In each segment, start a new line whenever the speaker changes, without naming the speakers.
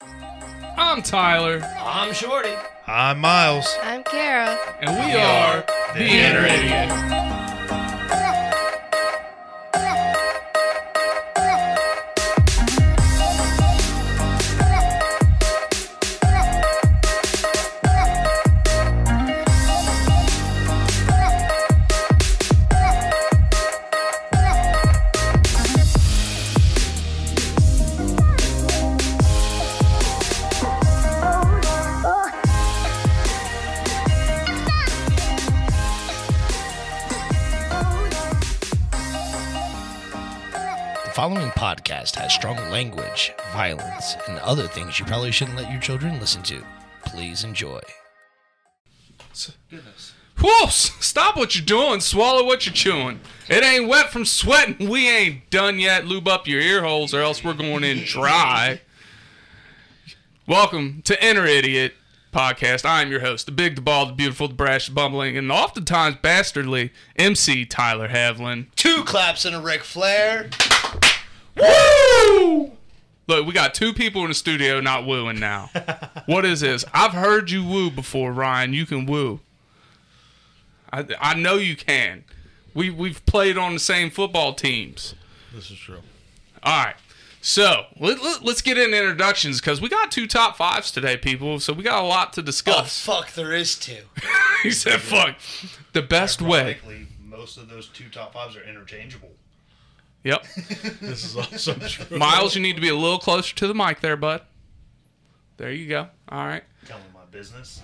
I'm Tyler,
I'm Shorty.
I'm Miles.
I'm Kara.
and we are the Inner Idiot.
The following podcast has strong language, violence, and other things you probably shouldn't let your children listen to. Please enjoy.
Whoa, s- stop what you're doing, swallow what you're chewing. It ain't wet from sweating, we ain't done yet. Lube up your ear holes, or else we're going in dry. Welcome to Inner Idiot Podcast. I'm your host, the big, the bald, the beautiful, the brash, the bumbling, and oftentimes bastardly MC Tyler Havlin.
Two claps and a Ric Flair.
Woo! Look, we got two people in the studio not wooing now. what is this? I've heard you woo before, Ryan. You can woo. I I know you can. We we've played on the same football teams.
This is true.
All right. So let, let, us get into introductions because we got two top fives today, people. So we got a lot to
Oh
discuss.
fuck, there is two.
he said, "Fuck." The best way.
Ironically, most of those two top fives are interchangeable.
Yep.
This is also true.
Miles, you need to be a little closer to the mic there, bud. There you go. All right.
Telling my business.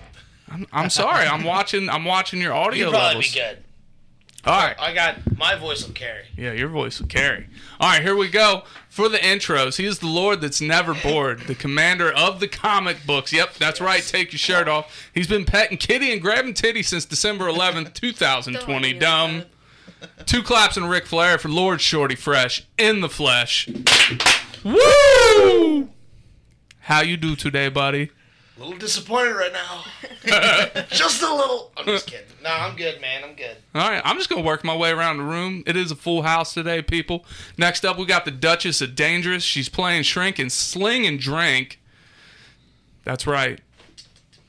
I'm, I'm sorry. I'm watching. I'm watching your audio
You'll probably
levels.
be good.
All right.
I got my voice will carry.
Yeah, your voice would carry. All right, here we go for the intros. He is the Lord that's never bored, the commander of the comic books. Yep, that's right. Take your shirt off. He's been petting kitty and grabbing titty since December 11th, 2020. Dumb. Two claps and Ric Flair for Lord Shorty Fresh in the flesh. Woo! How you do today, buddy?
A little disappointed right now. just a little. I'm just kidding. No, I'm good, man. I'm good.
All right, I'm just gonna work my way around the room. It is a full house today, people. Next up, we got the Duchess of Dangerous. She's playing Shrink and Sling and Drink. That's right.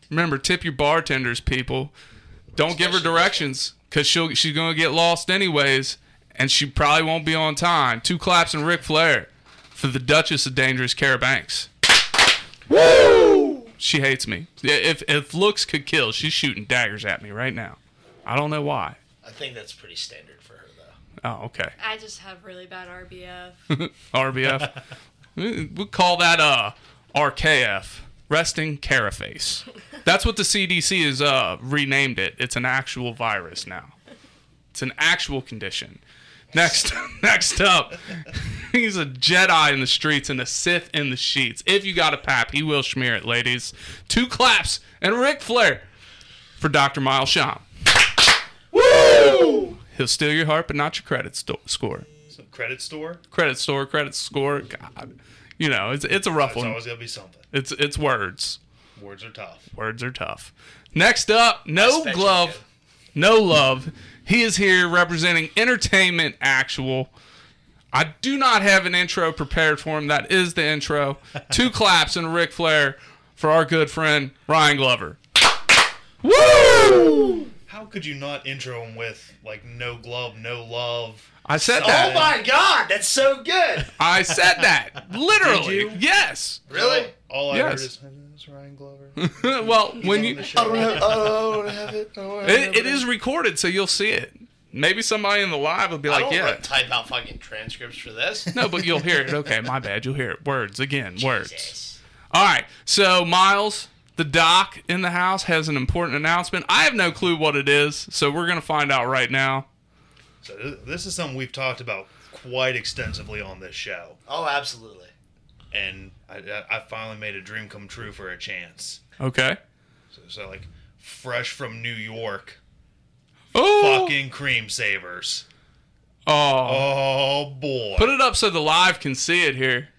Remember, tip your bartenders, people. Don't give her
Especially-
directions, cause she'll she's gonna get lost anyways, and she probably won't be on time. Two claps and Ric Flair for the Duchess of Dangerous, Cara Banks. Woo! She hates me. Yeah, If if looks could kill, she's shooting daggers at me right now. I don't know why.
I think that's pretty standard for her though.
Oh, okay.
I just have really bad RBF.
RBF. we we call that uh RKF, resting caraface. That's what the CDC has uh, renamed it. It's an actual virus now. It's an actual condition. Next, next up, he's a Jedi in the streets and a Sith in the sheets. If you got a pap, he will smear it, ladies. Two claps and Ric Flair for Dr. Miles Sham. Woo! He'll steal your heart, but not your credit sto- score
Some credit store.
credit store, credit score. God, you know, it's it's a rough
It's
one.
always gonna be something.
it's it's words.
Words are tough.
Words are tough. Next up, no
Especially
glove, no love. He is here representing entertainment. Actual. I do not have an intro prepared for him. That is the intro. Two claps and a Ric Flair for our good friend Ryan Glover. Woo!
How could you not intro him with like no glove, no love?
I said
Oh
that.
my god, that's so good.
I said that. Literally.
you?
Yes.
Really?
All I
Yes.
heard is "It's Ryan Glover.
well, when you
On the show.
Oh, I don't have it. I don't have
It, it is recorded, so you'll see it. Maybe somebody in the live will be
I
like,
don't
"Yeah,
wanna type out fucking transcripts for this.
no," but you'll hear it. Okay, my bad. You'll hear it. Words again. Words.
Jesus.
All right. So Miles, the doc in the house, has an important announcement. I have no clue what it is, so we're gonna find out right now.
so th- this is something we've talked about quite extensively on this show,
Oh, absolutely.
and I, I- I finally made a dream come true for a chance.
Okay.
So, so like fresh from New York,
Oh.
fucking cream savers.
Oh.
Oh boy,
Put it up so the live can see it here.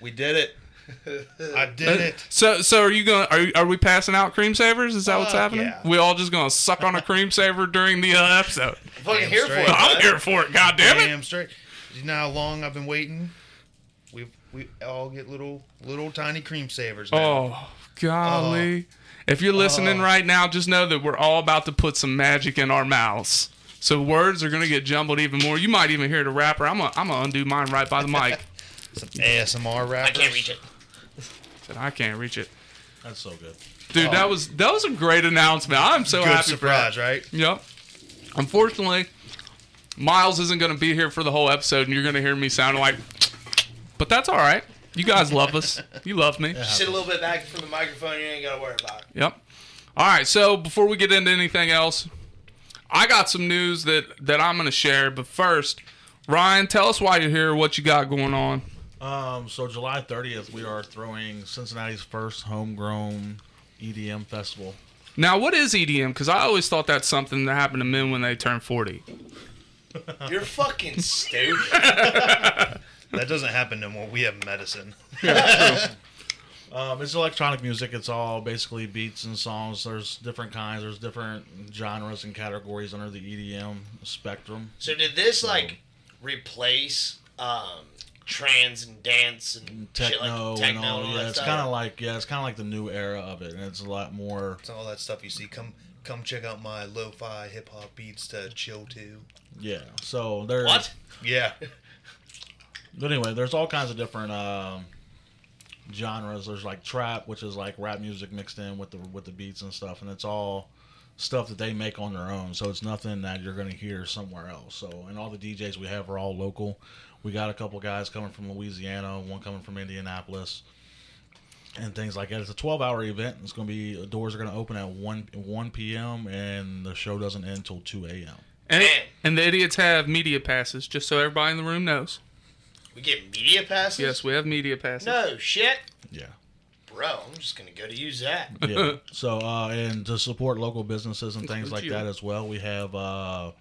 we did it. I did it.
So, so are you going? Are you- are we passing out cream savers? Is that what's
Fuck
happening?
yeah.
We all just gonna suck on a cream saver during the uh, episode.
I'm fucking
Damn
here for
straight.
it.
I'm
bud.
here for it. God damn it.
Damn straight. You know how long I've been waiting? We've We all get little, little tiny cream savers. Now.
Oh, golly.
Oh.
if you're listening right now, just know that we're all about to put some magic in our mouths. So words are going to get jumbled even more. You might even hear the rapper. I'm going I'm to undo mine right by the mic.
some ASMR rappers.
I can't reach it.
Said, I can't reach it.
That's so good.
Dude, that was that was a great announcement. I'm so
Oh. Good
happy
surprise, right?
for that. Yep. Unfortunately, Miles isn't going to be here for the whole episode, and you're going to hear me sounding like, but that's all right. You guys love us. You love me.
Sit a little bit back from the microphone. You ain't gotta worry about it.
Yep. All right. So before we get into anything else, I got some news that that I'm going to share. But first, Ryan, tell us why you're here. What you got going on?
Um, so July 30th, we are throwing Cincinnati's first homegrown EDM festival.
Now, what is E EDM? Because I always thought that's something that happened to men when they turn 40. Oh.
You're fucking stupid.
That doesn't happen no more. We have medicine.
Um, it's electronic music. It's all basically beats and songs. There's different kinds. There's different genres and categories under the EDM spectrum.
So did this like replace um trans and dance and shit
Techno,
like techno
and all. yeah,
that
it's
stuff?
kind of like yeah, it's kind of like the new era of it, and it's a lot more.
It's all that stuff you see. Come, come check out my lo-fi hip hop beats to chill to.
Yeah. So there's
what?
Yeah,
But anyway, there's all kinds of different um, genres. There's like trap, which is like rap music mixed in with the with the beats and stuff, and it's all stuff that they make on their own. So it's nothing that you're gonna hear somewhere else. So and all the DJs we have are all local. We got a couple guys coming from Louisiana, one coming from Indianapolis, and things like that. It's a 12-hour event. It's gonna be doors are gonna open at one 1 p.m. and the show doesn't end till 2 a.m.
And,
Man.
and the idiots have media passes, just so everybody in the room knows.
We get media passes?
Yes, we have media passes.
No shit.
Yeah.
Bro, I'm just gonna go to use that.
yeah. So uh, and to support local businesses and things like
Includes
that
you.
as well, we have uh,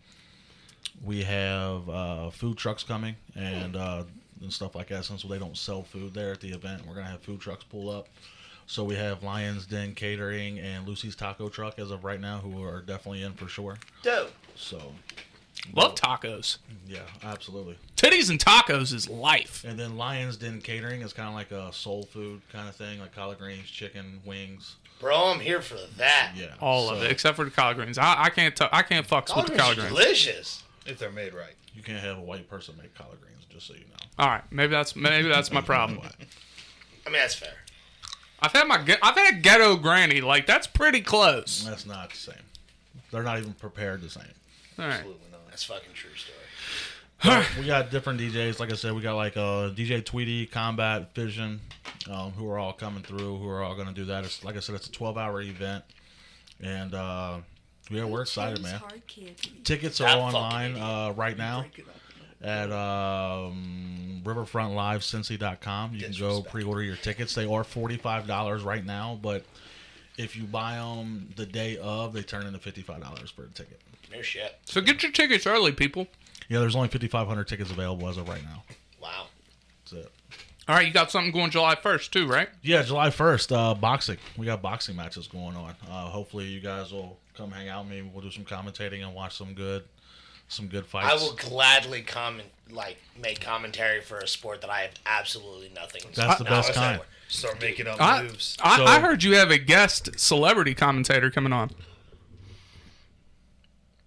we have uh, food trucks coming and uh, and stuff like that. Since they don't sell food there at the event, we're gonna have food trucks pull up. So we have Lions Den Catering and Lucy's Taco Truck as of right now, who are definitely in for sure.
Dope.
So
Love tacos.
yeah, absolutely.
Titties and tacos is life.
And then Lions Den Catering is kind of like a soul food kind of thing, like collard greens, chicken, wings.
Bro, I'm here for that.
Yeah,
All of
so
it, except for the collard greens. I, I can't. I I can't fucks with the
Collard greens are
collard greens.
Oh, delicious.
if they're made right.
You can't have a white person make collard greens, just so you know.
All right, maybe that's maybe that's my problem.
I mean that's fair.
I've had my ge- I've had a ghetto granny. Like that's pretty close.
That's not the same. They're not even prepared the same.
All right.
Absolutely not.
That's fucking true story.
We got different DJs. Like I said, we got like uh, DJ Tweety, Combat, Vision, um, who are all coming through, who are all going to do that. It's, like I said, it's a 12 hour event. And uh, yeah, we're excited, man.
Hard candy.
Tickets
That
are
fucking
online
idiot.
uh, right now at um, riverfrontlivecincy.com. You can go
Disrespect.
pre order your tickets. They are $45 right now, but if you buy them the day of, they turn into $55 for a ticket.
No shit.
So get your tickets early, people.
Yeah, there's only 5,500 tickets available as of right now.
Wow.
That's it.
All right, you got something going July first too, right?
Yeah, July 1st, uh, boxing. We got boxing matches going on. Uh, hopefully, you guys will come hang out with me. We'll do some commentating and watch some good, some good fights.
I will gladly comment like make commentary for a sport that I have absolutely nothing
That's the best kind.
Start making up
I,
moves.
I,
So-
I heard you have a guest celebrity commentator coming on.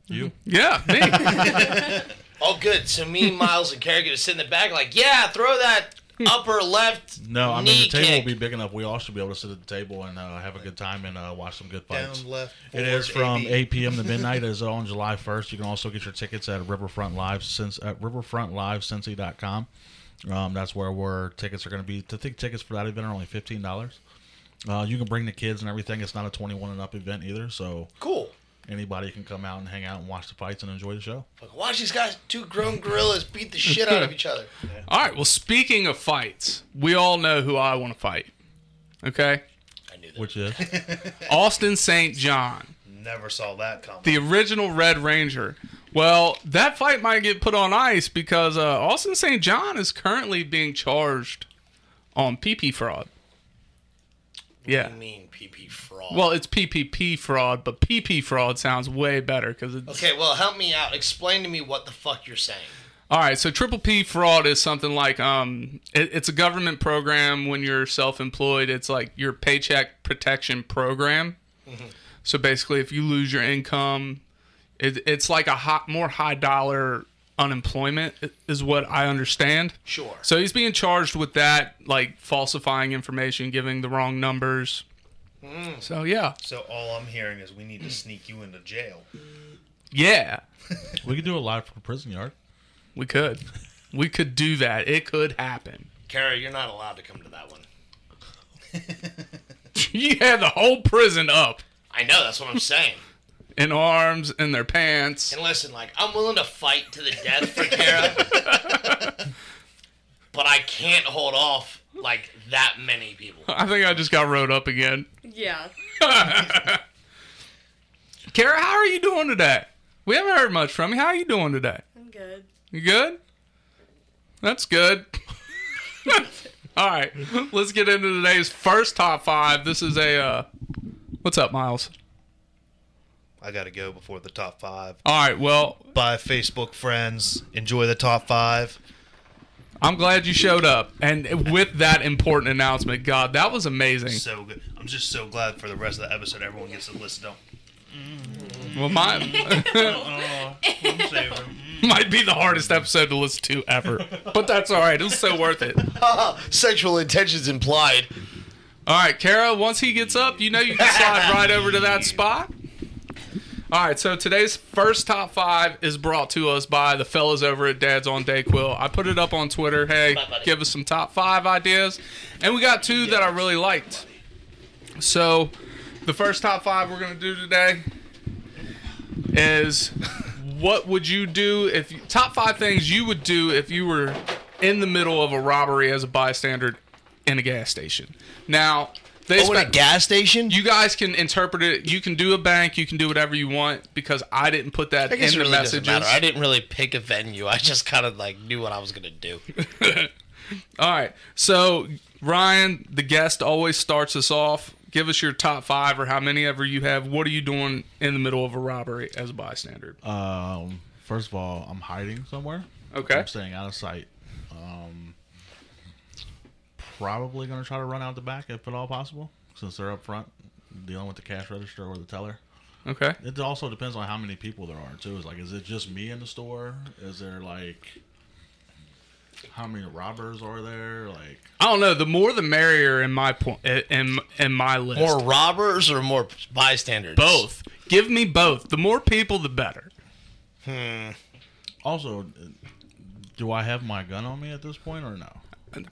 You?
Yeah, me.
Oh, good. So me, Miles, and Kerrigan just sit in the back, like, yeah, throw that
Hmm.
upper left.
No, I mean
knee
the table
kick.
will be big enough. We all should be able to sit at the table and uh, have a good time and uh, watch some good fights.
Down left.
It is
forward,
from
AB.
8 p.m. to midnight. Is on July 1st. You can also get your tickets at Riverfront Live since at riverfrontlivecincy.com. Um, that's where where tickets are going to be. I think tickets for that event are only fifteen dollars. Uh, you can bring the kids and everything. It's not a 21 and up event either, so
Cool.
anybody can come out and hang out and watch the fights and enjoy the show.
Like, watch these guys, two grown gorillas, beat the shit out of each other.
all right. Well, speaking of fights, we all know who I want to fight. Okay,
I knew that.
Which is
Austin St. John.
Never saw that coming.
the original Red Ranger. Well, that fight might get put on ice because uh, Austin St. John is currently being charged on PP fraud.
I
Yeah.
mean, PP fraud.
Well, it's PPP fraud, but PP fraud sounds way better because it's.
okay, well, help me out. Explain to me what the fuck you're saying.
All right, so triple P fraud is something like um, it, it's a government program when you're self-employed. It's like your paycheck protection program. So basically, if you lose your income, it, it's like a hot, more high dollar unemployment i- is what I understand.
Sure.
So he's being charged with that, like falsifying information, giving the wrong numbers. So yeah,
So all I'm hearing is we need to
Mm.
sneak you into jail.
yeah,
We could do a live from prison yard.
we could, we could do that. It could happen.
Kara, you're not allowed to come to that one.
you had the whole prison up
I know, that's what I'm saying.
in arms in their pants.
And listen, like, I'm willing to fight to the death for Kara, but I can't hold off, like, that many people.
I think I just got rode up again.
Yeah.
Kara, how are you doing today? We haven't heard much from you. How are you doing today?
I'm good.
You good? That's good. All right, let's get into today's first top five. This is a uh, what's up, Miles?
I gotta go before the top five.
All right, well,
Bye, Facebook friends. Enjoy the top five.
I'm glad you showed up, and with that important announcement, God, that was amazing.
So good. I'm just so glad for the rest of the episode. Everyone gets to listen. Don't.
Well, my
I'm saving.
might be the hardest episode to listen to ever, but that's all right. It was so worth it.
Sexual intentions implied.
All right, Kara, once he gets up, you know you can slide right over to that spot. All right, so today's first top five is brought to us by the fellas over at Dad's on Dayquil. I put it up on Twitter. Hey,
Bye, buddy.
give us some top five ideas. And we got two that I really liked. So the first top five we're going to do today is what would you do if you, top five things you would do if you were in the middle of a robbery as a bystander in a gas station? Now, they
Oh, in a
spent-
gas station?
you guys can interpret it. You can do a bank. You can do whatever you want because I didn't put that
I
in
guess
the
it really
messages.
doesn't matter. I didn't really pick a venue. I just kind of, like, knew what I was going to do.
All right. So Ryan, the guest, always starts us off. Give us your top five or how many ever you have. What are you doing in the middle of a robbery as a bystander?
Uh,
Um, first of all, I'm hiding somewhere.
Okay.
I'm staying out of sight. Um, probably gonna try to run out the back if at all possible, since they're up front dealing with the cash register or the teller.
Okay.
It also depends on how many people there are too. Is like, is it just me in the store? Is there like how many robbers are there? Like,
I don't know. The more the merrier in my point in in my list.
More robbers or more bystanders?
both. Give me both. The more people, the better.
also, do I have my gun on me at this point or no?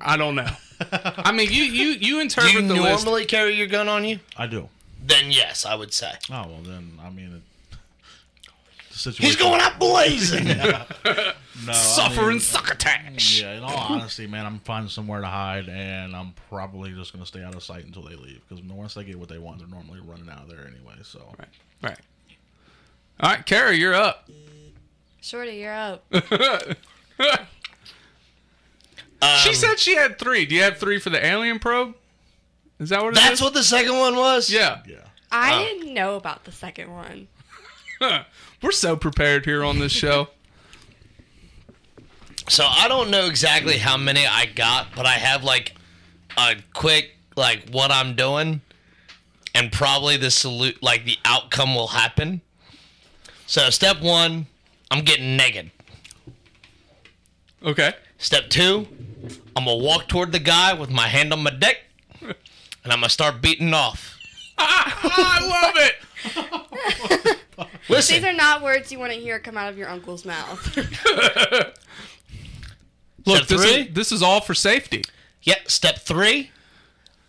I don't know. I mean, you you you
Do
interpret
you
the list.
normally carry your gun on you?
I do.
Then yes, I would say.
Oh well, then I mean, it, the situation.
He's going out blazing.
no, I
Suffering
mean-
succotash.
Yeah, in all honesty, man, I'm finding somewhere to hide, and I'm probably just gonna stay out of sight until they leave. Because once they get what they want, they're normally running out of there anyway. So
Right. All right, Kara, you're up.
Shorty, you're up.
Um,
she said she had three. Do you have three for the alien probe? Is that what it is?
That's what the second one was.
Yeah.
yeah,
I didn't know about the second one.
We're so prepared here on this show.
So I don't know exactly how many I got, but I have like a quick like what I'm doing, and probably the salute like the outcome will happen. So step one, I'm getting naked.
Okay.
Step two, I'm gonna walk toward the guy with my hand on my dick, and I'm gonna start beating off.
Oh, I love it.
These
Listen,
are not words you want to hear come out of your uncle's mouth.
Look,
Step
this
three?
is, this is all for safety.
yeah. Step three,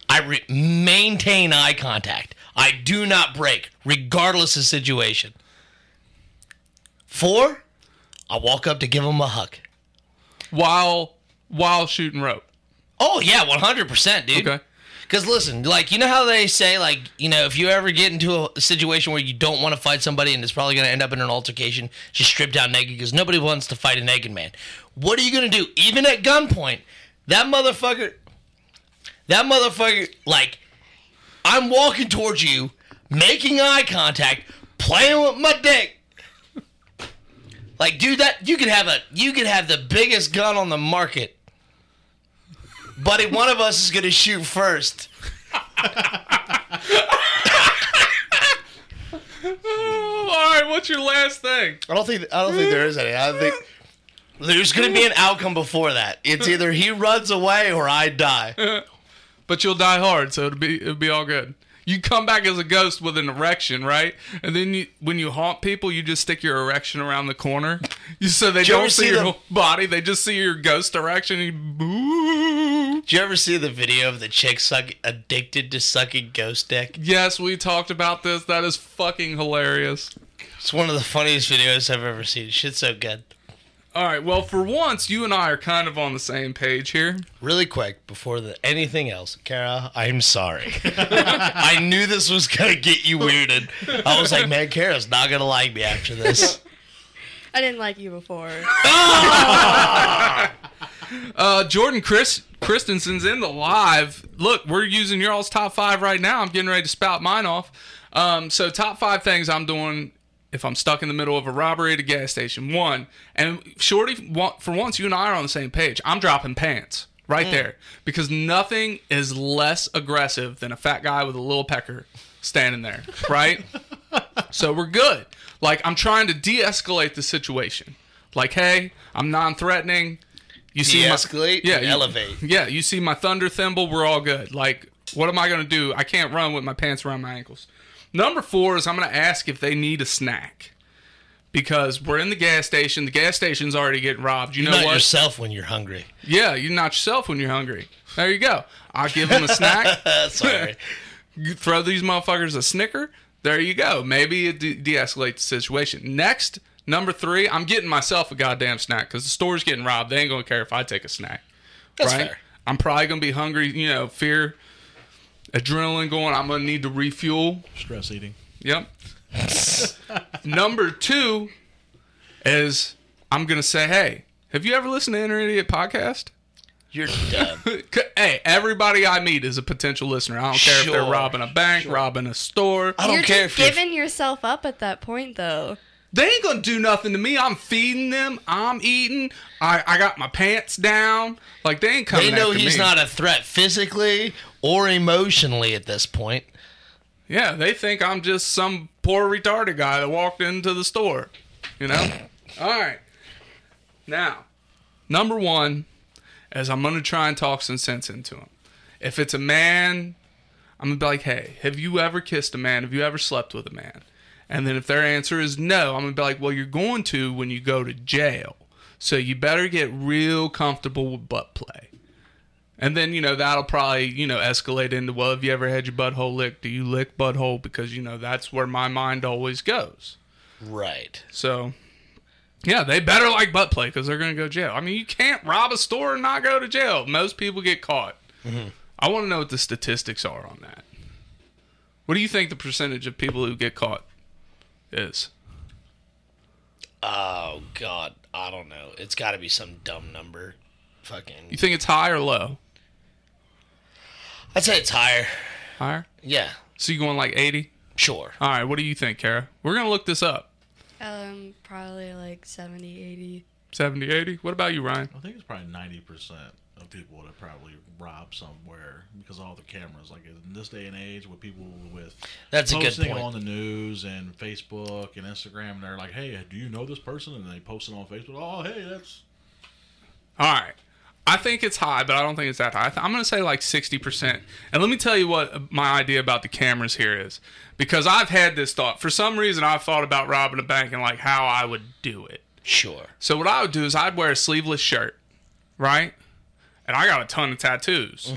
I re- maintain eye contact. I do not break, regardless of situation. Four, I walk up to give him a hug.
While while shooting rope.
Oh yeah, one hundred percent, dude.
Okay.
Because listen, like you know how they say, like you know, if you ever get into a situation where you don't want to fight somebody and it's probably going to end up in an altercation, just strip down naked because nobody wants to fight a naked man. What are you going to do? Even at gunpoint, that motherfucker, that motherfucker, like I'm walking towards you, making eye contact, playing with my dick. Like, dude, that you could have a you could have the biggest gun on the market, but if one of us is gonna shoot first.
Oh, all right, what's your last thing?
I don't think I don't think there is any. I think there's gonna be an outcome before that. It's either he runs away or I die.
But you'll die hard, so it'll be it'll be all good. You come back as a ghost with an erection, right? And then you, when you haunt people, you just stick your erection around the corner, you, so they
you ever
don't see
see
your
the-
whole body. They just see your ghost erection. And you, boo.
Did you ever see the video of the chick suck addicted to sucking ghost dick?
Yes, we talked about this. That is fucking hilarious.
It's one of the funniest videos I've ever seen. Shit's so good.
All right, well, for once, you and I are kind of on the same page here.
Really quick before the, anything else, Kara, I'm sorry. I knew this was gonna get you weirded. I was like, man, Kara's not gonna like me after this.
I didn't like you before.
Uh, Jordan Chris Christensen's in the live. Look, we're using your all's top five right now. I'm getting ready to spout mine off. Um, so top five things I'm doing if I'm stuck in the middle of a robbery at a gas station. One, and Shorty, wa- for once, you and I are on the same page. I'm dropping pants right there because nothing is less aggressive than a fat guy with a little pecker standing there, right? So we're good. Like I'm trying to de-escalate the situation. Like, hey, I'm non-threatening. You see, my-
De-escalate and
you-
elevate.
Yeah, you see my thunder thimble. We're all good. Like, what am I gonna do? I can't run with my pants around my ankles. Number four is I'm gonna ask if they need a snack because we're in the gas station. The gas station's already getting robbed. You know
Not
what?
yourself when you're hungry.
Yeah, you not yourself when you're hungry. There you go. I'll give them a snack.
Sorry.
You throw these motherfuckers a snicker. There you go. Maybe it de- de-escalates the situation. Next, number three, I'm getting myself a goddamn snack because the store's getting robbed. They ain't gonna care if I take a snack.
That's fair.
I'm probably gonna be hungry. You know, fear, adrenaline going. I'm gonna need to refuel.
Stress eating.
Yep. Number two is I'm gonna say, hey, have you ever listened to Inner Idiot podcast?
You're dumb.
Hey, everybody I meet is a potential listener. I don't care if they're
Sure,
robbing a bank, robbing a store.
I don't
you're
care if
just
you're-
giving yourself up at that point, though.
They ain't gonna do nothing to me. I'm feeding them. I'm eating. I, I got my pants down. Like they ain't coming.
They know
after
he's
me.
not a threat physically or emotionally at this point.
Yeah, they think I'm just some poor retarded guy that walked into the store. You know? All right. Now, number one is I'm going to try and talk some sense into him. If it's a man, I'm going to be like, hey, have you ever kissed a man? Have you ever slept with a man? And then if their answer is no, I'm going to be like, well, you're going to when you go to jail. So you better get real comfortable with butt play. And then, you know, that'll probably, you know, escalate into, well, have you ever had your butthole licked? Do you lick butthole? Because, you know, that's where my mind always goes.
Right.
So, yeah, they better like butt play because they're going to go to jail. I mean, you can't rob a store and not go to jail. Most people get caught. I want to know what the statistics are on that. What do you think the percentage of people who get caught is?
Oh God, I don't know. It's got to be some dumb number.
You
Fucking.
think it's high or low?
I'd say it's higher.
Higher?
Yeah.
So you going like 80?
Sure.
All right, what do you think, Kara? We're going to look this up.
Um, probably like 70, 80.
70, 80? What about you, Ryan?
I think it's probably ninety percent of people would have probably robbed somewhere because of all the cameras. Like in this day and age, with people with
That's a good
posting
point.
on the news and Facebook and Instagram, and they're like, "Hey, do you know this person?" And they post it on Facebook. Oh, hey, that's
All right. I think it's high, but I don't think it's that high. I th- I'm going to say like 60%. And let me tell you what uh, my idea about the cameras here is. Because I've had this thought. For some reason, I've thought about robbing a bank and like how I would do it.
Sure.
So, what I would do is I'd wear a sleeveless shirt, right? And I got a ton of tattoos.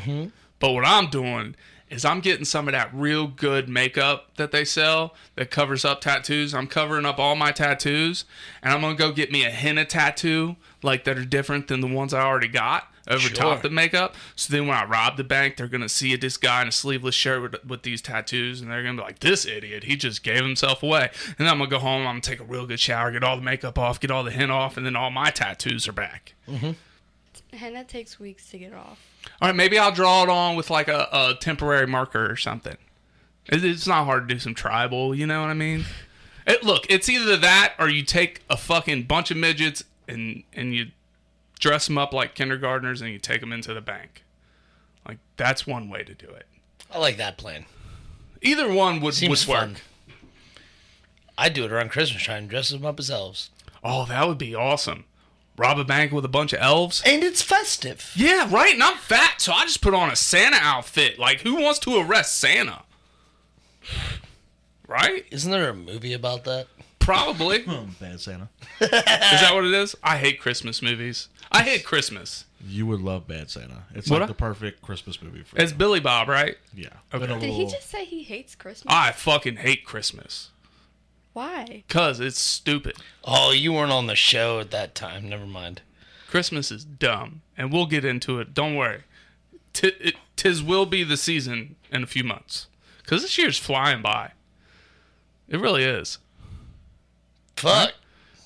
But what I'm doing is I'm getting some of that real good makeup that they sell that covers up tattoos. I'm covering up all my tattoos, and I'm gonna go get me a henna tattoo, like that are different than the ones I already got over top the makeup. So then when I rob the bank, they're gonna see this guy in a sleeveless shirt with, with these tattoos, and they're gonna be like, "This idiot, he just gave himself away." And I'm gonna go home. I'm gonna take a real good shower, get all the makeup off, get all the henna off, and then all my tattoos are back.
And that takes weeks to get off.
All right, maybe I'll draw it on with like a, a temporary marker or something. It- It's not hard to do some tribal, you know what I mean? It, look, it's either that or you take a fucking bunch of midgets and and you dress them up like kindergartners and you take them into the bank. Like that's one way to do it.
I like that plan.
Either one would
Seems
would work.
fun. I'd do it around Christmas, try and dress them up as elves.
Oh, that would be awesome. Rob a bank with a bunch of elves.
And it's festive.
Yeah, right. And I'm fat, so I just put on a Santa outfit. Like, who wants to arrest Santa? Right?
Isn't there a movie about that?
Probably. Is
Hmm, Bad Santa.
that what it is? I hate Christmas movies. I hate Christmas.
You would love Bad Santa. It's
Would
like
I?
the perfect Christmas movie for
It's
you.
Billy Bob, right?
yeah.
Okay.
Been a
Did he
little-
just say he hates Christmas?
I fucking hate Christmas.
Why?
Cause it's stupid.
Oh, you weren't on the show at that time. Never mind.
Christmas is dumb, and we'll get into it. Don't worry. T- it, tis will be the season in a few months, cause this year's flying by. It really is.
Fuck.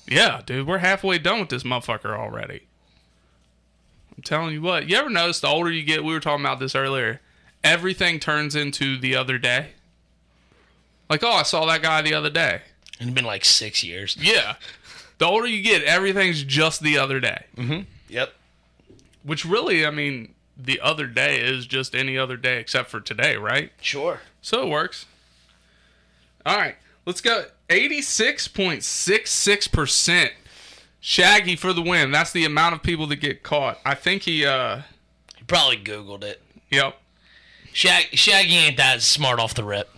Yeah, dude, we're halfway done with this motherfucker already. I'm telling you what. You ever notice the older you get? We were talking about this earlier. Everything turns into the other day. Like, oh, I saw that guy the other day.
It's been like six years.
Yeah. The older you get, everything's just the other day.
Yep.
Which really, I mean, the other day is just any other day except for today, right?
Sure.
So it works. All right, let's go. 86.66%. Shaggy for the win. That's the amount of people that get caught. I think he, uh,
You probably Googled it.
yep.
Shag- Shaggy ain't that smart off the rip.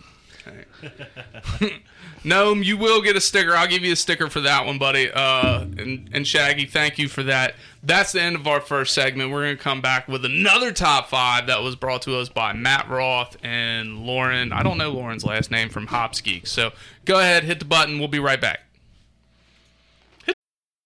Gnome, you will get a sticker. I'll give you a sticker for that one, buddy. Uh, and, and Shaggy, thank you for that. That's the end of our first segment. We're going to come back with another top five that was brought to us by Matt Roth and Lauren. I don't know Lauren's last name from Hops Geek. So go ahead, hit the button. We'll be right back.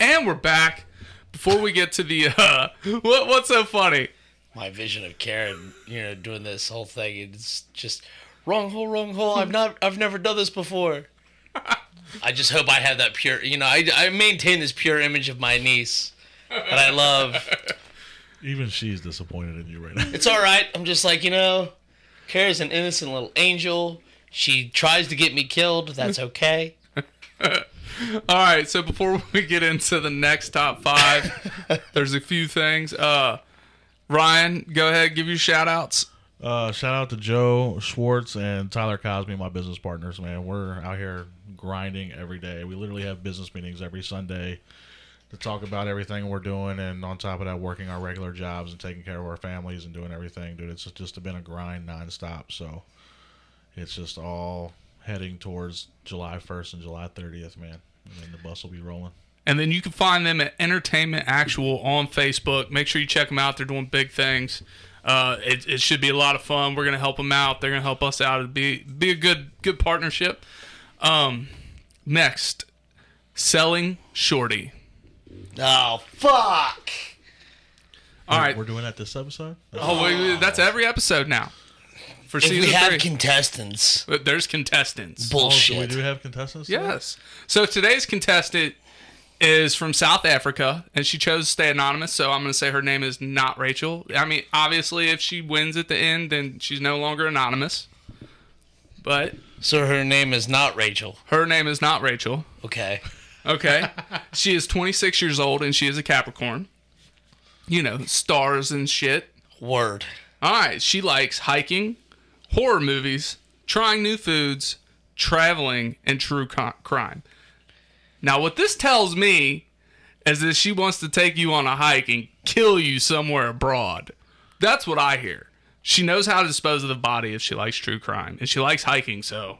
And we're back. Before we get to the uh, what, what's so funny?
My vision of Karen, you know, doing this whole thing, it's just wrong hole, wrong hole. I've not, I've never done this before. I just hope I have that pure, you know, I, I maintain this pure image of my niece that I love.
Even she's disappointed in you right now.
It's all right. I'm just like, you know, Kara's an innocent little angel. She tries to get me killed. That's
Mm-hmm.
okay.
All right, so before we get into the next top five, there's a few things. Uh, Ryan, go ahead, give your shout outs.
Uh, shout out to Joe Schwartz and Tyler Cosby, my business partners, man. We're out here grinding every day. We literally have business meetings every Sunday to talk about everything we're doing, and on top of that, working our regular jobs and taking care of our families and doing everything, dude. It's just been a grind nonstop. So it's just all heading towards July 1st and July 30th, man. And then the bus will be rolling.
And then you can find them at Entertainment Actual on Facebook. Make sure you check them out. They're doing big things. Uh, it, it should be a lot of fun. We're gonna help them out. They're gonna help us out. It'd be be a good good partnership. Um, next, selling shorty.
Oh fuck!
All right.
We're doing that this episode?
Oh, wait, that's every episode now. For
If
season
we have
three,
contestants,
But there's contestants.
Oh, so we
bullshit.
do have contestants? today?
Yes. So today's contestant is from South Africa, and she chose to stay anonymous. So I'm going to say her name is not Rachel. I mean, obviously, if she wins at the end, then she's no longer anonymous. But
so her name is not Rachel.
her name is not Rachel.
Okay.
Okay. she is 26 years old, and she is a Capricorn. You know, stars and shit.
Word.
All right, she likes hiking, horror movies, trying new foods, traveling, and true co- crime. Now, what this tells me is that she wants to take you on a hike and kill you somewhere abroad. That's what I hear. She knows how to dispose of the body if she likes true crime, and she likes hiking, so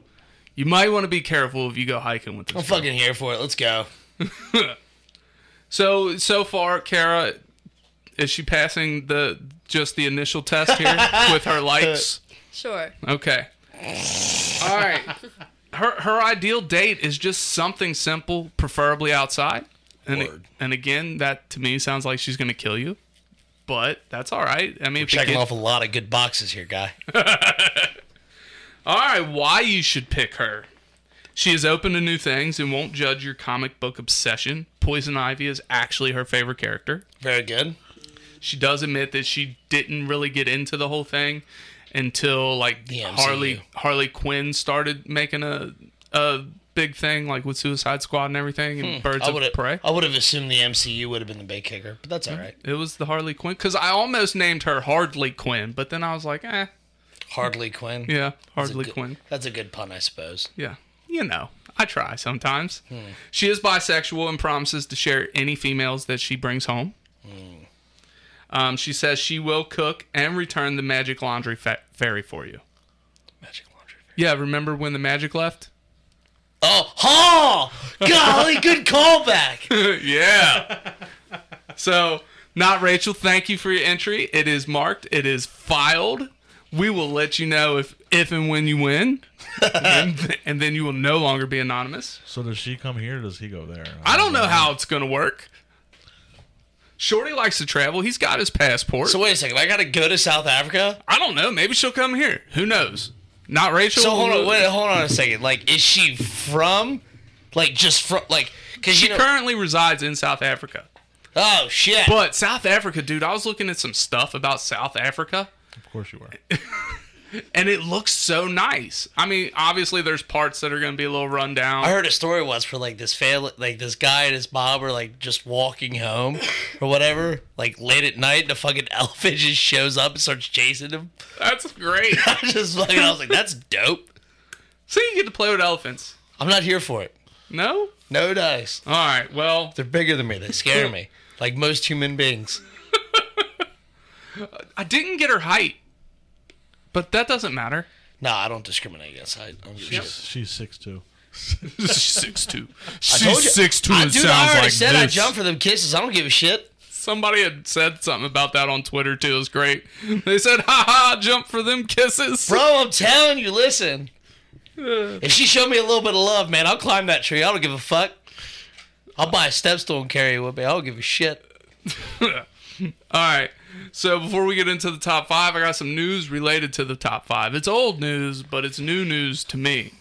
you might want to be careful if you go hiking with this.
I'm fucking here for it. Let's go.
So so far, Kara, Is she passing the just the initial test here with her likes?
Sure.
Okay. All right. Her her ideal date is just something simple, preferably outside. And
Word.
and again, that to me sounds like she's gonna kill you, but that's all right. I mean, if you
Checking
get-
off a lot of good boxes here, guy.
All right, why you should pick her. She is open to new things and won't judge your comic book obsession. Poison Ivy is actually her favorite character.
Very good.
She does admit that she didn't really get into the whole thing until like
The MCU.
Harley Harley Quinn started making a a big thing like with Suicide Squad and everything and Birds
Hmm. I
of
would
Prey. Mm-hmm.
have. I would have assumed the MCU would have been the bait kicker, but that's all right.
It was the Harley Quinn because I almost named her Hardly Quinn, but then I was like, eh,
Hardly Quinn.
yeah,
That's a
Hardly
good-
Quinn.
That's a good pun, I suppose.
Yeah. You know, I try sometimes.
Hmm.
She is bisexual and promises to share any females that she brings home.
Hmm.
Um, she says she will cook and return the magic laundry fa- fairy for you.
Magic laundry. fair.
Yeah, remember when the magic left?
Oh, ha! Golly, good callback.
yeah. so, not Rachel, thank you for your entry. It is marked, it is filed. We will let you know if, if and when you win, and, and then you will no longer be anonymous.
So does she come here? or Does he go there?
I don't know how it's gonna work. Shorty likes to travel. He's got his passport.
So wait a second. I gotta go to South Africa.
I don't know. Maybe she'll come here. Who knows? Not Rachel.
So hold on, wait, hold on a second. Like, is she from? Like, just from? Like, cause
She
you know?
currently resides in South Africa.
oh shit!
But South Africa, dude, I was looking at some stuff about South Africa,
Of course you are.
and it looks so nice. I mean, obviously, there's parts that are gonna be a little rundown.
I heard a story once where like this family, like this guy and his mom were like just walking home or whatever, like late at night, and a fucking elephant just shows up and starts chasing him.
That's great.
I just fucking, I was like, that's dope.
so you get to play with elephants.
I'm not here for it.
No.
No dice.
All right. Well,
They're bigger than me. They scare me, like most human beings.
I didn't get her height, but that doesn't matter.
Nah, I don't discriminate against. I, I don't give a shit.
She's six two.
six two.
I told
She's
you-
six two.
I-
It
dude, I
sounds
already
like
said
this.
I jump for them kisses. I don't give a shit.
Somebody had said something about that on Twitter too. It was great. They said, "Ha ha, jump for them kisses."
Bro, Oh, I'm telling you, listen. If she showed me a little bit of love, man, I'll climb that tree. I don't give a fuck. I'll buy a step stool and carry it with me. I don't give a shit.
All right. So before we get into the top five, I got some news related to the top five. It's old news, but it's new news to me.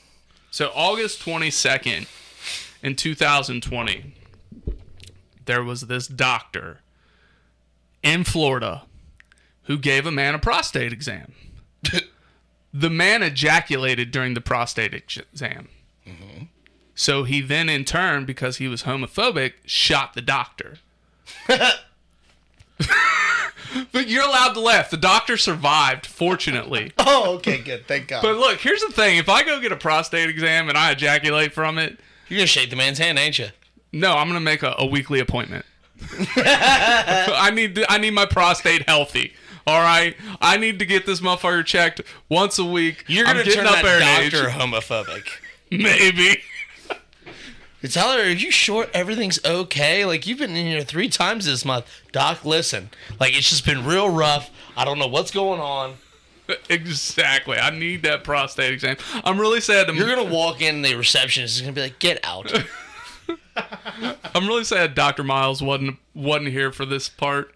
So August twenty second, in two thousand twenty, there was this doctor in Florida who gave a man a prostate exam. the man ejaculated during the prostate ex- exam. So he then, in turn, because he was homophobic, shot the doctor. But you're allowed to laugh. The doctor survived, fortunately.
Oh, okay, good. Thank God.
but look, here's the thing: if I go get a prostate exam and I ejaculate from it,
You're going to shake the man's hand, ain't you?
no, I'm gonna make a, a weekly appointment. I need to- I need my prostate healthy. All right, I need to get this motherfucker checked once a week.
You're going
I'm
to
getting
turn
up there
that
in
doctor
age.
homophobic.
maybe.
You Tell her, are you sure everything's okay? Like, you've been in here three times this month. Doc, listen. Like, it's just been real rough. I don't know what's going on.
exactly. I need that prostate exam. I'm really sad.
You're going to walk in, the receptionist is going to be like, get out.
I'm really sad. Doctor Miles wasn't wasn't here for this part.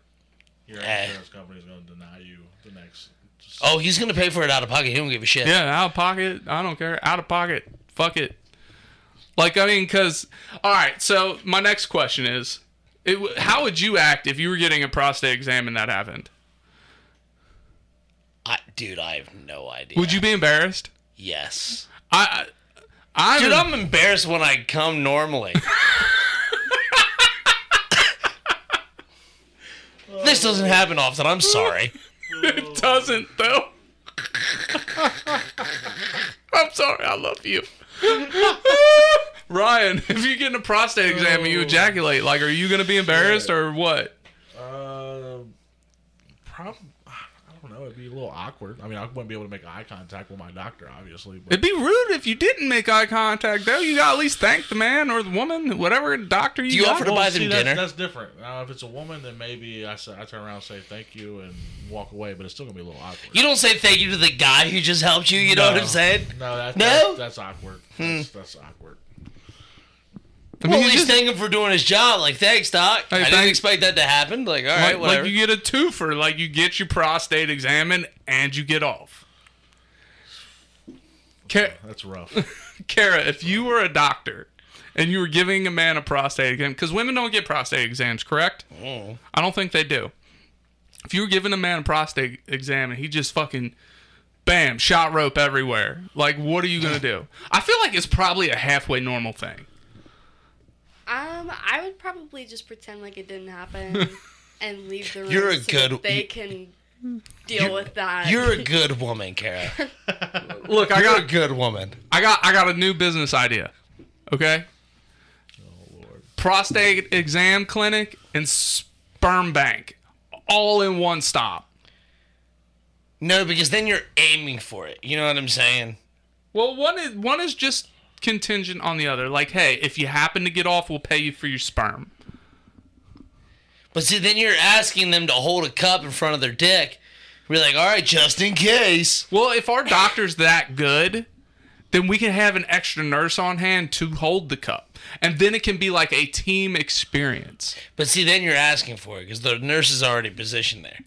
Your
Eh.
insurance company's gonna deny you the next. Just,
oh, he's going to pay for it out of pocket. He don't give a shit.
Yeah, out of pocket. I don't care. Out of pocket. Fuck it. Like I mean, because all right. So my next question is, it, w- how would you act if you were getting a prostate exam and that happened?
I, dude, I have no idea.
Would you be embarrassed?
Yes.
I, I, I'm,
Dude, I'm embarrassed when I come normally. this doesn't happen often. I'm sorry.
it doesn't though. I'm sorry. I love you. Ryan, if you're getting a prostate exam
Oh.
and you ejaculate, like, are you gonna be embarrassed or what?
uh, prob- I don't know. know, it'd be a little awkward. I mean, I wouldn't be able to make eye contact with my doctor, obviously. But
It'd be rude if you didn't make eye contact, though. You got to at least thank the man or the woman, whatever doctor you,
you
got.
offer to buy them
that's,
dinner?
That's different. Now, if it's a woman, then maybe I say, I turn around and say thank you and walk away, but it's still gonna be a little awkward.
You don't say thank you to the guy who just helped you. You know what I'm saying?
No, that's,
No?
that's, that's awkward. That's, that's awkward.
I mean,
well, at
you
least
just-
thank him for doing his job. Like, thanks, Doc.
Hey,
I didn't
thank-
expect that to happen. Like, all right,
like,
whatever.
like you get a twofer. Like you get your prostate examined and you get off. Ca-
That's rough.
Kara, if you were a doctor and you were giving a man a prostate exam, because women don't get prostate exams, correct? I don't think they do. If you were giving a man a prostate exam and he just fucking, bam, shot rope everywhere, like, what are you going to do? I feel like it's probably a halfway normal thing.
Um, I would probably just pretend like it didn't happen and leave the room.
You're a
so
good-
that They can deal with that.
You're a good woman, Kara.
Look, I
You're
got
a good woman.
I got I got a new business idea. Okay? Prostate exam clinic and sperm bank all in one stop.
No, because then you're aiming for it. You know what I'm saying?
Well, one is one is just contingent on the other. Like, hey, if you happen to get off, we'll pay you for your sperm.
But see, then you're asking them to hold a cup in front of their dick. We're like, all right, just in case.
Well, if our doctor's that good, then we can have an extra nurse on hand to hold the cup. And then it can be like a team experience.
But see, then you're asking for it because the nurse is already positioned there.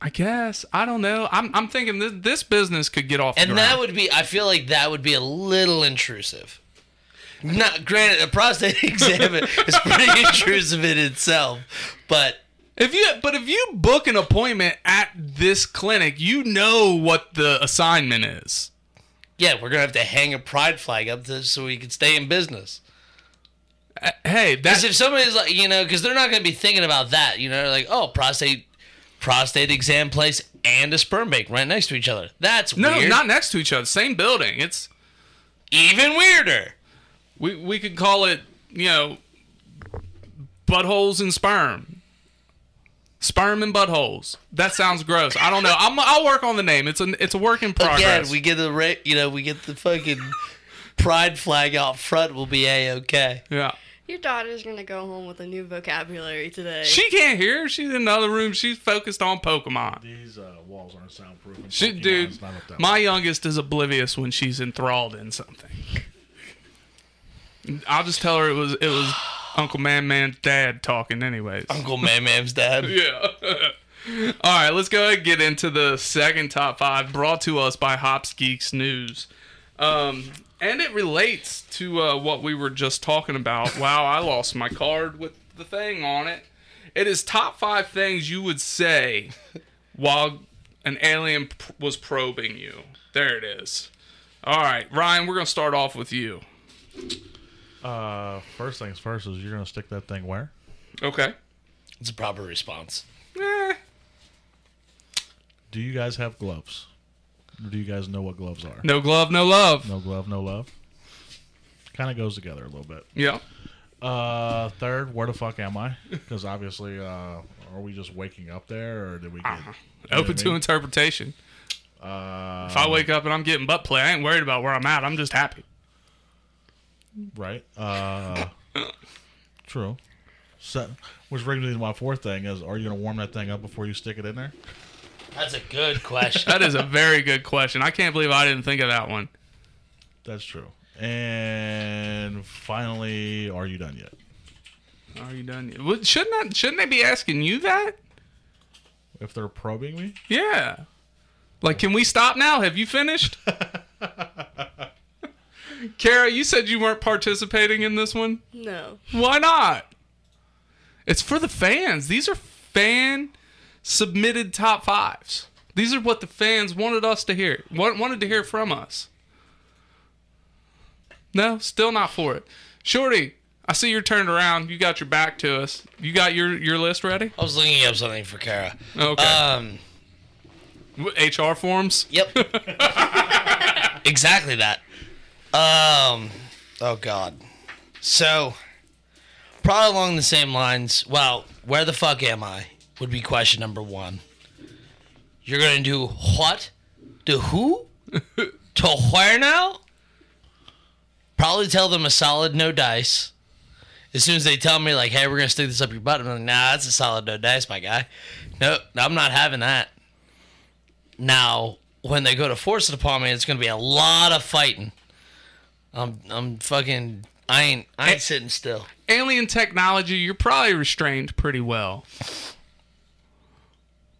I guess. I don't know. I'm, I'm thinking this, this business could get off the
And that
ground.
would be, I feel like that would be a little intrusive. Not granted, a prostate exam is pretty intrusive in itself, but
If you but if you book an appointment at this clinic, you know what the assignment is.
yeah, we're gonna have to hang a pride flag up to, so we can stay in business.
Hey,
Because
that's
if somebody's like, you know, because they're not gonna be thinking about that, you know, like oh, prostate, prostate exam place and a sperm bank right next to each other. That's
no,
weird.
not next to each other, same building. It's
even weirder.
we we could call it you know buttholes and sperm, sperm and buttholes. That sounds gross. I don't know. I'm, I'll work on the name. It's an it's a work in progress.
Again, we get the ra- you know we get the fucking pride flag out front. We'll be a okay.
yeah.
Your daughter's gonna go home with a new vocabulary today.
She can't hear. She's in another room. She's focused on Pokemon.
These uh, walls aren't soundproof. and
She,
fuck you,
dude,
mine's not up that
my
way.
youngest is oblivious when she's enthralled in something. I'll just tell her it was it was Uncle Man Man's dad talking, anyways.
Uncle Man Man's dad.
Yeah. All right, let's go ahead and get into the second top five brought to us by Hops Geeks News. Um, and it relates to uh, what we were just talking about. Wow, I lost my card with the thing on it. It is top five things you would say while an alien p- was probing you. There it is. All right, Ryan, we're going to start off with you.
Uh, first things first is you're gonna stick that thing where?
Okay.
It's a proper response.
Eh,
Do you guys have gloves? Or do you guys know what gloves are?
no glove, no love.
No glove, no love. Kind of goes together a little bit.
Yeah.
Uh, third, where the fuck am I? Because obviously, uh, are we just waking up there, or did we? Get, you know
Ah, Open
what I
to
mean?
interpretation.
Uh,
If I wake up and I'm getting butt play, I ain't worried about where I'm at. I'm just happy.
right. Uh, true. So, which brings me to my fourth thing: is are you gonna warm that thing up before you stick it in there?
That's a good question.
That is a very good question. I can't believe I didn't think of that one.
That's true. And finally, are you done yet?
Are you done? yet? What- Shouldn't that, shouldn't they be asking you that?
If they're probing me,
Yeah. Like, can we stop now? Have you finished? Kara, you said you weren't participating in this one.
no.
Why not? It's for the fans. These are fan submitted top fives. These are what the fans wanted us to hear. wa- Wanted to hear from us. No, still not for it. Shorty, I see you're turned around. You got your back to us. You got your your list ready?
I was looking up something for Kara.
Okay.
Uh,
Um.
W- HR forms.
Yep. exactly that. Um. Oh God. So, probably along the same lines. Well, where the fuck am I? Would be question number one.
You're gonna do what? To who? to where now? Probably tell them a solid no dice. As soon as they tell me like, hey, we're gonna stick this up your butt, I'm like, nah, that's a solid no dice, my guy. No, I'm not having that. Now, when they go to force it upon me, it's gonna be a lot of fighting. I'm I'm fucking I ain't I ain't sitting still.
Alien technology, you're probably restrained pretty well.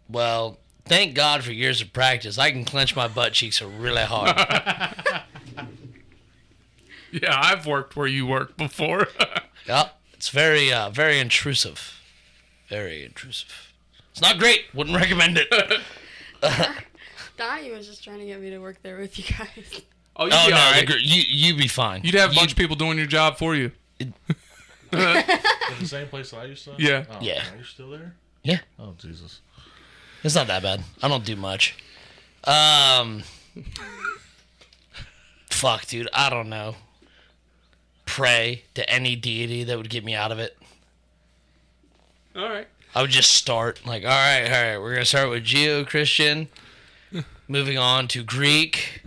Well, thank God for years of practice. I can clench my butt cheeks really hard.
Yeah, I've worked where you worked before.
yep. It's very uh very intrusive. Very intrusive. It's not great. Wouldn't recommend it.
Donnie was just trying to get me to work there with you guys.
oh, you'd
Oh
be
no,
all
I
right.
agree. you you'd be fine.
You'd have a bunch of people doing your job for you.
Is it the same place that I used to?
Yeah.
Oh,
Yeah.
Are you still there?
Yeah.
Oh Jesus.
It's not that bad. I don't do much. Um Fuck, dude. I don't know. Pray to any deity that would get me out of it.
All right.
I would just start like, all right, all right, we're gonna start with Geo Christian, moving on to Greek,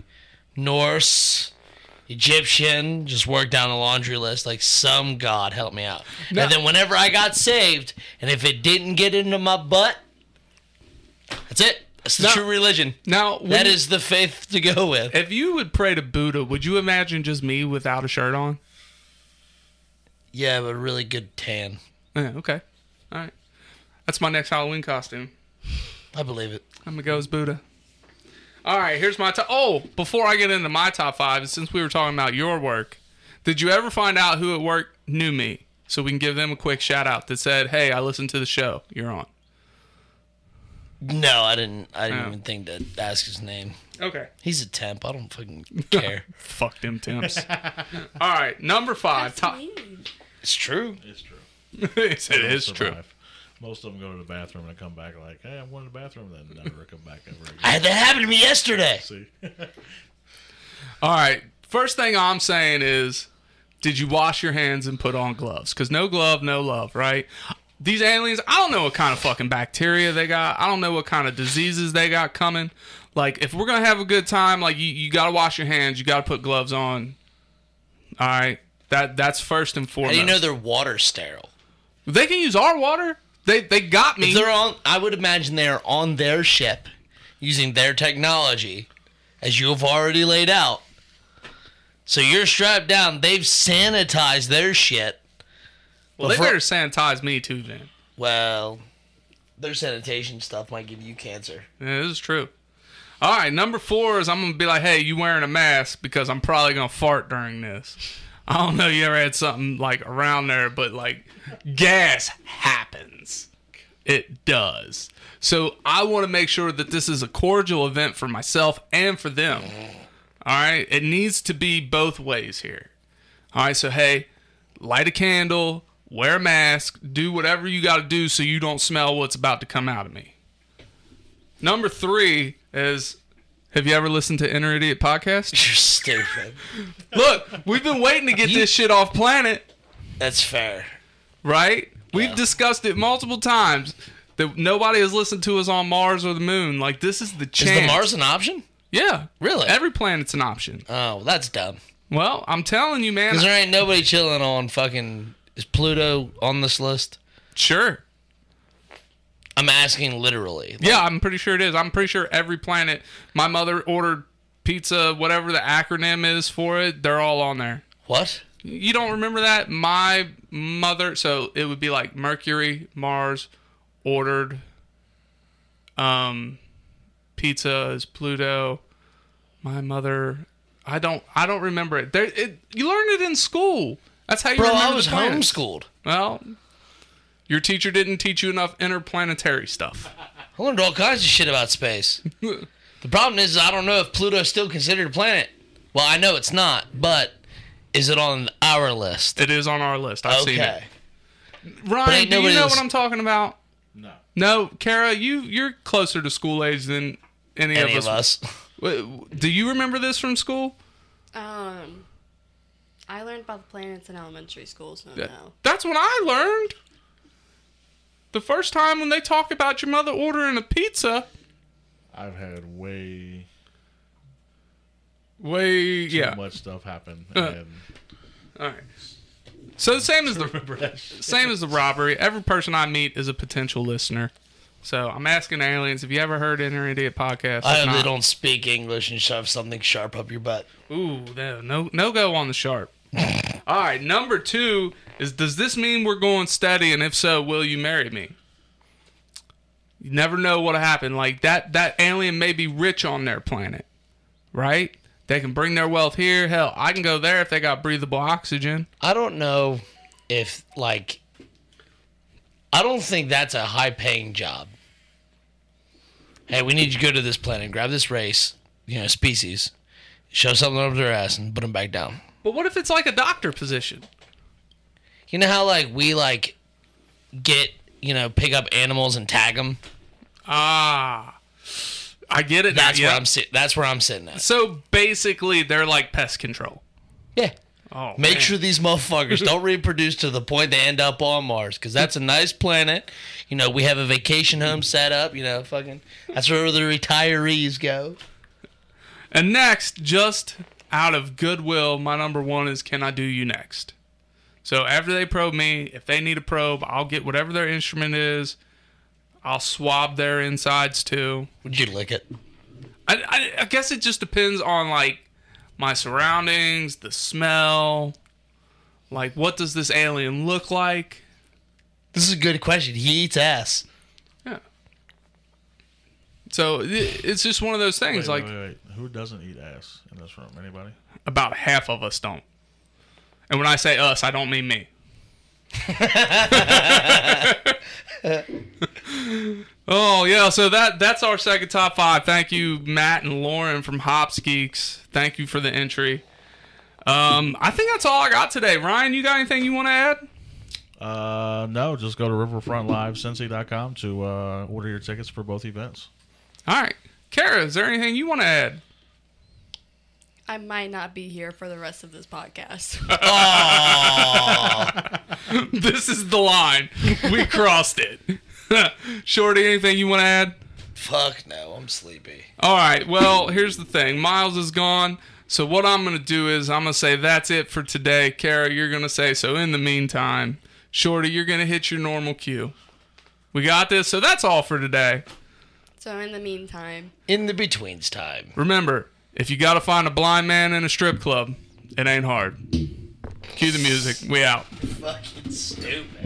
Norse, Egyptian. Just work down the laundry list. Like some god help me out. And then whenever I got saved, and if it didn't get into my butt, that's it. That's the
Now-
true religion.
Now, when
That
you-
is the faith to go with.
if you would pray to Buddha, would you imagine just me without a shirt on?
Yeah, but a really good tan.
Yeah, okay. All right. That's my next Halloween costume.
I believe it.
I'm gonna go as Buddha. All right, here's my top. Oh, before I get into my top five, since we were talking about your work, did you ever find out who at work knew me? So we can give them a quick shout out that said, "Hey, I listened to the show. You're on."
No, I didn't. I didn't
Oh.
even think to ask his name.
Okay.
He's a temp. I don't fucking care.
Fuck them temps. All right, number five.
That's
Top.
mean.
it's true.
It's true.
it is true.
Survive. Most of them go to the bathroom and come back like, hey, I went to the bathroom, then never come back ever again.
I had that happen to me yesterday.
See?
All right. First thing I'm saying is, did you wash your hands and put on gloves? Because no glove, no love, right? These aliens, I don't know what kind of fucking bacteria they got. I don't know what kind of diseases they got coming. Like, if we're going to have a good time, like, you, you got to wash your hands. You got to put gloves on. All right. That, that's first and
How
foremost.
do you know their water's sterile?
they can use our water. They, they got me.
If they're on, I would imagine they are on their ship, using their technology, as you have already laid out. So you're strapped down. They've sanitized their shit.
well, they
before-
better sanitize me too, then.
Well, their sanitation stuff might give you cancer.
Yeah, this is true. All right, number four is I'm gonna be like, hey, you wearing a mask because I'm probably gonna fart during this. I don't know, you ever had something like around there, but like gas happens. It does. So I want to make sure that this is a cordial event for myself and for them. All right, it needs to be both ways here. All right, so hey, light a candle, wear a mask, do whatever you got to do so you don't smell what's about to come out of me. Number three is have you ever listened to Inner Idiot podcast?
You're stupid.
Look, we've been waiting to get this shit off planet,
That's fair.
right? We've discussed it multiple times that nobody has listened to us on Mars or the moon. Like this is the
Is
chance.
the Mars an option?
Yeah,
Really?
Every planet's an option.
Oh, well, that's dumb.
Well, I'm telling you, man.
Because there ain't nobody chilling on fucking. Is Pluto on this list?
sure.
I'm asking literally.
Yeah, I'm pretty sure it is. I'm pretty sure every planet. My mother ordered pizza, whatever the acronym is for it. They're all on there.
What?
You don't remember that? My mother. So it would be like Mercury, Mars, ordered. Um, pizza is Pluto. My mother. I don't. I don't remember it. There. It, you learned it in school. That's how you.
Bro,
remember
I was
the planets.
homeschooled.
Well, your teacher didn't teach you enough interplanetary stuff.
I learned all kinds of shit about space. the problem is, I don't know if Pluto's still considered a planet. Well, I know it's not, but is it on our list?
It is on our list. I've seen it.
Okay.
Ryan,
ain't
do you
nobody
know
lis-
what I'm talking about?
No.
No, Kara, you you're closer to school age than any,
Any of us.
Wait, w- Do you remember this from school?
Um, I learned about the planets in elementary school, so no.
That's what I learned. The first time when they talk about your mother ordering a pizza,
I've had way
Way
too
yeah. Uh,
much stuff happen. And
All right. So the same as the same as the robbery. Every person I meet is a potential listener. So I'm asking aliens, have you ever heard Inner Idiot podcast?
I
If
hope
not-
they don't speak English and shove something sharp up your butt.
Ooh, no, no, no go on the sharp. All right, number two is: Does this mean we're going steady? And if so, will you marry me? You never know what'll happen. Like that, that alien may be rich on their planet, right? They can bring their wealth here. Hell, I can go there if they got breathable oxygen.
I don't know if like I don't think that's a high paying job. Hey, we need you to go to this planet, grab this race, you know, species, show something up their ass and put them back down.
But what if it's like a doctor position?
You know how like we like get, you know, pick up animals and tag them?
Ah, I get it.
That's
now. Yeah.
where I'm sit that's where I'm sitting at.
so basically, they're like pest control.
Yeah.
Oh,
Make
man.
sure these motherfuckers don't reproduce to the point they end up on Mars, because that's a nice planet. You know, we have a vacation home set up. You know, fucking, that's where the retirees go.
And next, just out of goodwill, my number one is Can I Do You Next? So after they probe me, if they need a probe, I'll get whatever their instrument is. I'll swab their insides too.
Would you lick it?
I, I, I guess it just depends on like my surroundings, the smell, like what does this alien look like?
This is a good question. He eats ass.
Yeah. So it, it's just one of those things.
wait,
like
wait, wait, wait. who doesn't eat ass in this room? Anybody?
about half of us don't. And when I say us, I don't mean me. oh yeah, so that that's our second top five. Thank you, Matt and Lauren from Hops Geeks. Thank you for the entry. Um, I think that's all I got today. Ryan, you got anything you want to add?
Uh, no. Just go to riverfrontlivesensi.com to uh, order your tickets for both events.
All right, Kara, is there anything you want to add?
I might not be here for the rest of this podcast.
this is the line we crossed it. Shorty, anything you want to add?
Fuck no, I'm sleepy.
All right. Well, here's the thing. Miles is gone. So what I'm going to do is I'm going to say that's it for today. Kara, you're going to say so in the meantime. Shorty, you're going to hit your normal cue. We got this. So that's all for today.
so in the meantime,
In the betweens time.
Remember, if you got to find a blind man in a strip club, it ain't hard. Cue the music. We out.
Fucking stupid.